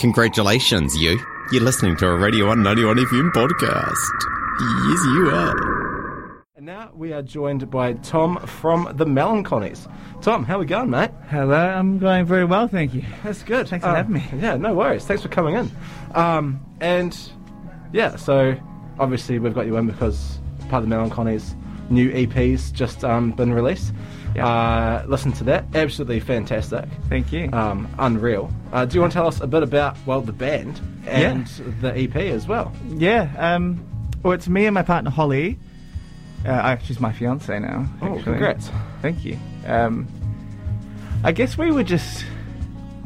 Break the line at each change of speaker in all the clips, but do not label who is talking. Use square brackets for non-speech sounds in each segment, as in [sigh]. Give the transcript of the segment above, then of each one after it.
Congratulations, you. You're listening to a Radio 191 FM podcast. Yes, you are.
And now we are joined by Tom from the Melancholies. Tom, how we going, mate?
Hello, I'm going very well, thank you.
That's good.
Thanks for having me.
Yeah, no worries. Thanks for coming in. Um, and yeah, so obviously we've got you in because part of the Melancholies' new EP's just um, been released.
Yeah.
Uh, listen to that. Absolutely fantastic.
Thank you.
Um, unreal. Uh, do you want to tell us a bit about, well, the band and the EP as well?
[laughs] yeah, um, well, it's me and my partner Holly. Uh, I, she's my fiance now.
Oh,
actually.
congrats.
Thank you. Um, I guess we were just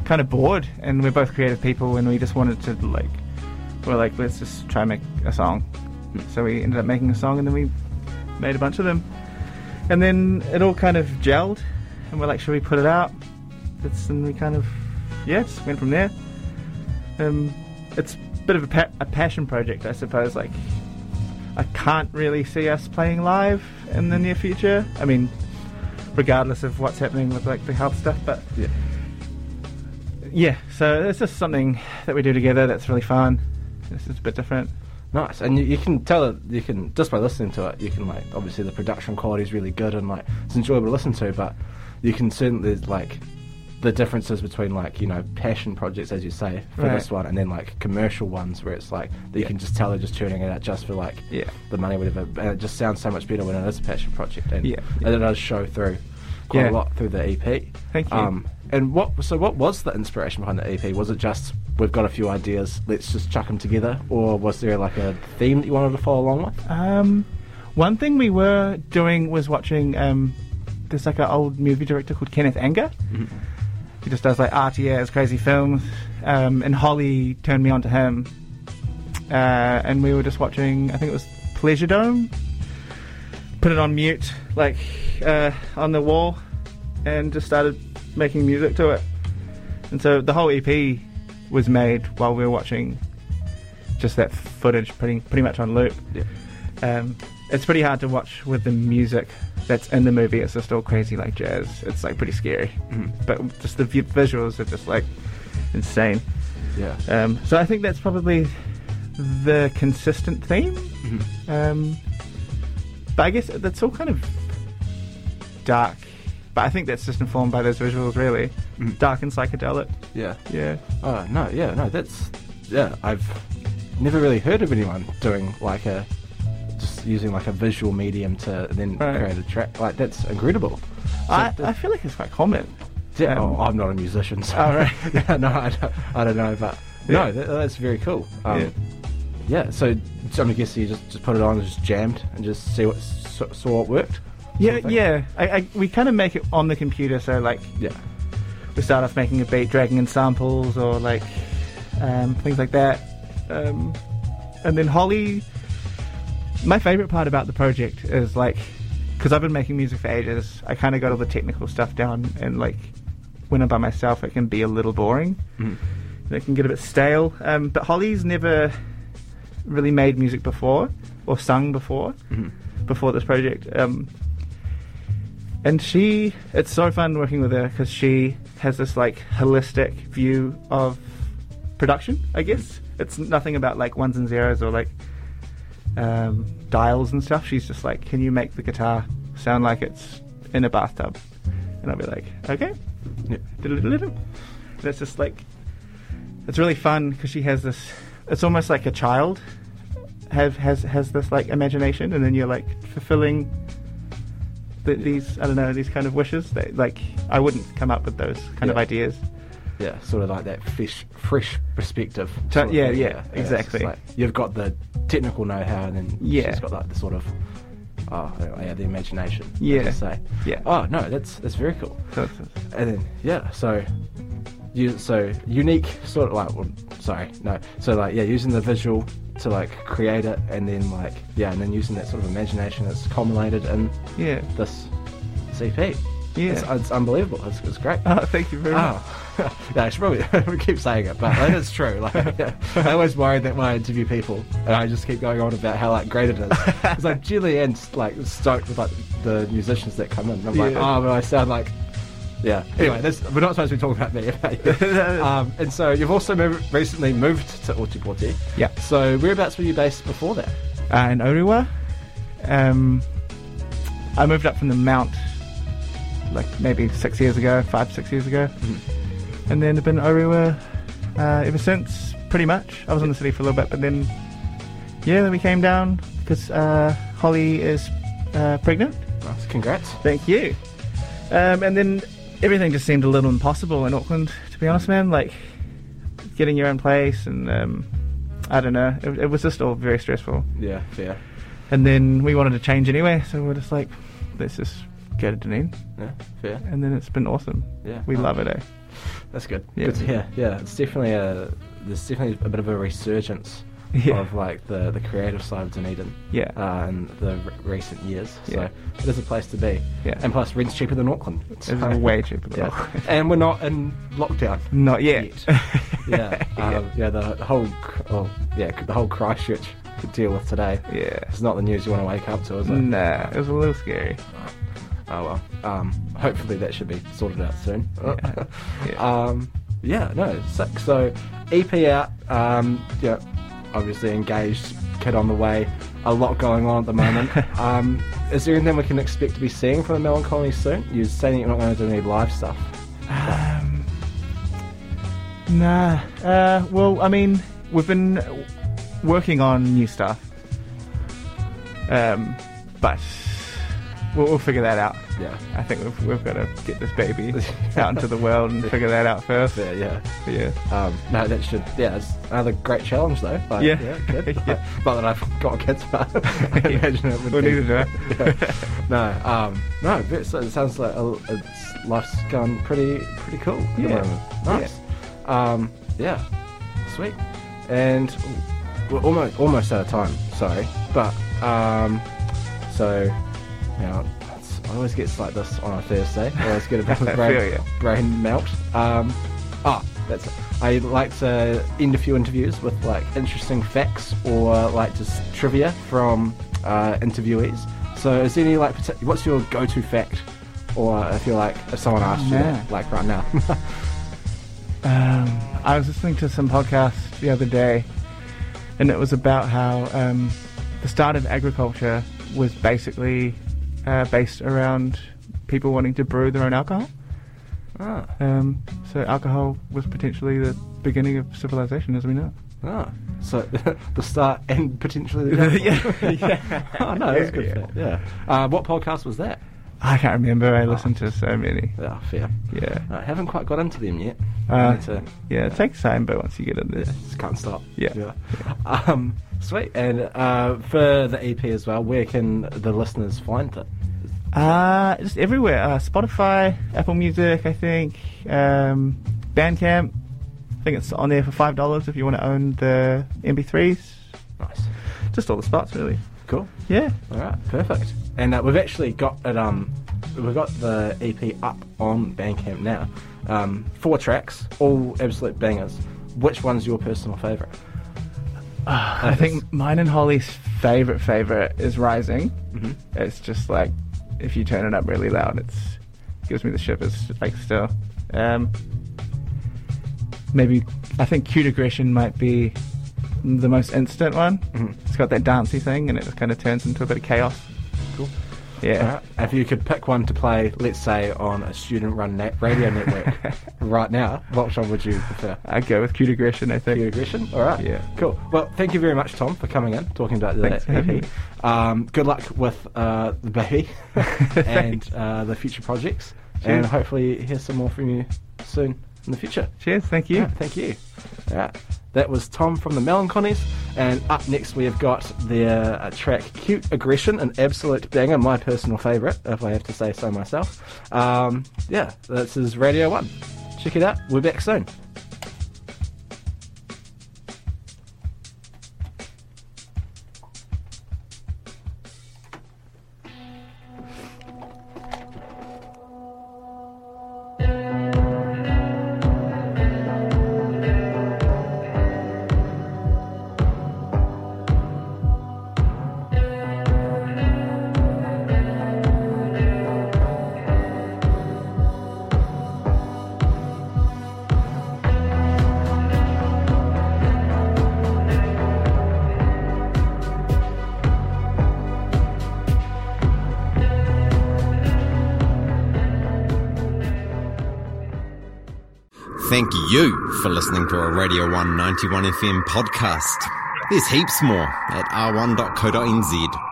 kind of bored, and we're both creative people, and we just wanted to like, we're like, let's just try and make a song. So we ended up making a song, and then we made a bunch of them, and then it all kind of gelled, and we're like, should we put it out? It's and we kind of, yeah, just went from there. Um, it's a bit of a, pa- a passion project, I suppose. Like, I can't really see us playing live in the near future. I mean, regardless of what's happening with like the health stuff, but
Yeah.
yeah. So it's just something that we do together that's really fun. It's just a bit different.
Nice, and you, you can tell it. You can just by listening to it, you can like obviously the production quality is really good and like it's enjoyable to listen to. But you can certainly there's like the differences between like you know passion projects, as you say, for
Right.
this one, and then like commercial ones where it's like that you
Yeah.
can just tell they're just tuning it out just for like
Yeah.
the money, whatever. And it just sounds so much better when it is a passion project, and
Yeah.
and it does show through quite
Yeah.
a lot through the E EP.
Thank you.
Um, and what so what was the inspiration behind the EP? Was it just we've got a few ideas, let's just chuck them together, or was there like a theme that you wanted to follow along with?
Um, one thing we were doing was watching. Um, there's like an old movie director called Kenneth Anger. He just does like arty as crazy films. Um, and Holly turned me on to him. Uh, and we were just watching. I think it was Pleasure Dome. Put it on mute, like uh, on the wall, and just started making music to it. And so the whole EP was made while we were watching just that footage, pretty pretty much on loop.
Yeah.
Um, it's pretty hard to watch with the music that's in the movie. It's just all crazy like jazz. It's like pretty scary,
Mm-hmm.
but just the vi- visuals are just like insane.
Yeah.
Um, so I think that's probably the consistent theme.
Mm-hmm.
Um, but I guess that's all kind of dark. But I think that's just informed by those visuals, really.
Mm-hmm.
Dark and psychedelic.
Yeah.
Yeah.
Oh no, yeah, no, that's yeah, I've never really heard of anyone doing like a just using like a visual medium to then
Right.
create a track. Like that's incredible. So
I,
that-
I feel like it's quite common.
Yeah,
Um,
oh, I'm not a musician, so
Oh, right.
[laughs] yeah, no, I don't, I don't know, but
Yeah.
no, that, that's very cool.
Yeah.
Um, yeah. so so I'm guessing you just, just put it on and just jammed and just see what s- saw what worked.
Yeah,
Something.
yeah. I, I, we kind of make it on the computer, so like
Yeah,
we start off making a beat, dragging in samples or like um, things like that. Um, and then Holly, my favorite part about the project is like, because I've been making music for ages, I kind of got all the technical stuff down, and like when I'm by myself, it can be a little boring.
Mm-hmm.
And It can get a bit stale. Um, but Holly's never really made music before or sung before before this project. Um, and she, it's so fun working with her because she has this like holistic view of production, I guess. It's nothing about like ones and zeros or like um, dials and stuff. She's just like, can you make the guitar sound like it's in a bathtub? And I'll be like, okay.
Yeah.
Diddle-diddle-diddle. And it's just like, it's really fun because she has this, it's almost like a child have has has this like imagination and then you're like fulfilling the, these I don't know these kind of wishes that like I wouldn't come up with those kind of
Yeah.
ideas.
yeah, sort of like that fresh, fresh perspective.
Ta-
sort of
yeah,
thing,
yeah,
it's just
exactly.
like you've got the technical know-how, and then
Yeah.
she's got like the sort of oh, yeah, the imagination. as
Yeah.
you say.
Yeah.
Oh no, that's that's very cool.
So it's- it's-
and then yeah so you so unique sort of like well, sorry no so like yeah using the visual to like create it and then like yeah and then using that sort of imagination that's culminated in
yeah.
this cp
Yeah.
it's, it's unbelievable it's, it's great
Oh, thank you very much.
Oh. [laughs] yeah, I should probably [laughs] we keep saying it, but like, it's true. Like, [laughs] yeah. I always worry that when I interview people, and I just keep going on about how like great it
[laughs]
is. Because I generally am like stoked with like the musicians that come in. I'm like,
Yeah.
oh, but I sound like Yeah. Anyway, that's, we're not supposed to be talking [laughs] about
[laughs]
me. um, and so you've also mov- recently moved to Otipoti.
Yeah.
So whereabouts were you based before that?
uh, in Oruwa. Um, I moved up from the Mount like maybe six years ago, five, six years ago. And then I've been in Oruwa uh, ever since, pretty much. I was in the city for a little bit, but then, yeah, then we came down because uh, Holly is uh, pregnant.
Nice. Congrats.
Thank you. Um, and then everything just seemed a little impossible in Auckland, to be honest, man. Like getting your own place, and um, I don't know, it, it was just all very stressful.
Yeah. Fair.
And then we wanted to change anyway, so we're just like, let's just go to Dunedin.
Yeah. Fair.
And then it's been awesome.
Yeah.
We love it, eh?
That's good.
Yeah.
Good to hear. Yeah, it's definitely a there's definitely a bit of a resurgence
Yeah.
of like the the creative side of Dunedin
Yeah.
uh, in the r- recent years. So
Yeah.
it is a place to be.
Yeah.
And plus, rent's cheaper than Auckland. It's
is way cheaper than
yeah.
Auckland.
and we're not in lockdown.
Not yet. [laughs]
yeah. Um, yeah. The whole cr- oh yeah c- the whole Christchurch deal with today.
Yeah.
It's not the news you want to wake up to, is it?
Nah, it was a little scary.
Oh well. Um, hopefully that should be sorted out soon. [laughs]
Yeah. Yeah.
um, yeah. No. Sick. So EP out. Um, yeah. Obviously engaged. Kid on the way. A lot going on at the
[laughs]
moment. um, is there anything we can expect to be seeing from the Melancholy soon? You're saying that you're not going to do any live stuff.
Um, nah. Uh, well, I mean, we've been working on new stuff. Um, but we'll, we'll figure that out.
Yeah.
I think we've, we've got to get this
[laughs]
baby out into the world and figure that out first.
But, Uh, yeah.
Yeah.
Um, no, that should yeah, it's another great challenge though. Like,
Yeah. [laughs]
good.
Yeah.
Not that I've got kids, but I
[laughs]
[laughs] imagine it would
We
be.
needed her.
Yeah. No, um, no, but it's- it sounds like a, it's, life's gone pretty pretty cool. At
Yeah.
The moment. Nice. Um, yeah. Sweet. And we're almost almost out of time. Sorry, but um, so you know, it's, I always get like this on a Thursday. I always get a bit of a
[laughs] I feel
brain,
ya.
brain melt. Um, ah, that's it. I like to end a few interviews with like interesting facts or like just trivia from uh, interviewees. So, is there any like partic- what's your go-to fact, or if you're like if someone asked you
Oh, man.
that, like right now? [laughs]
Um, I was listening to some podcast the other day, and it was about how um, the start of agriculture was basically uh, based around people wanting to brew their own alcohol.
ah,
Um, so alcohol was potentially the beginning of civilization as we know.
ah. So [laughs] the start and potentially the
[laughs] Yeah.
[laughs] yeah. oh no, that's
Yeah,
good.
yeah.
fact, Yeah. Uh, what podcast was that?
I can't remember.
Ah.
I listened to so many.
Yeah, fair.
Yeah.
I haven't quite got into them yet. I
Uh,
need to,
yeah, it takes time, but once you get in there,
just can't stop.
Yeah.
Um, sweet. And uh, for the EP as well, where can the listeners find it?
Uh, just everywhere. Uh, Spotify, Apple Music, I think. Um, Bandcamp. I think it's on there for five dollars if you want to own the MP3s.
Nice.
Just all the spots, really.
Cool.
[sighs] Yeah.
All right. Perfect. And uh, we've actually got it. Um, we've got the EP up on Bandcamp now. Um, four tracks, all absolute bangers. Which one's your personal favourite?
I think mine and Holly's favorite favorite is Rising.
Mhm.
It's just like if you turn it up really loud, it's gives me the shivers. Like still, um, maybe I think cute aggression might be the most instant one.
Mhm.
It's got that dancey thing, and it just kind of turns into a bit of chaos.
Cool.
Yeah.
Alright, If you could pick one to play, let's say on a student-run net radio [laughs] network right now, which one would you prefer?
I'd go with cute aggression. I think.
Your aggression. All right.
Yeah.
Cool. Well, thank you very much, Tom, for coming in, talking about the
Thanks for having
EP. [laughs] Um, good luck with uh, the
[laughs]
baby and uh, the future projects, and
Cheers.
hopefully hear some more from you soon in the future.
Cheers. Thank you.
Yeah, thank you. All right. That was Tom from the Melancholies, and up next we have got their uh, track "Cute Aggression," an absolute banger, my personal favourite, if I have to say so myself. Um, yeah, this is Radio One. Check it out. We're back soon.
Thank
thank you for listening to a Radio 191 FM podcast. There's heaps more at r1.co.nz.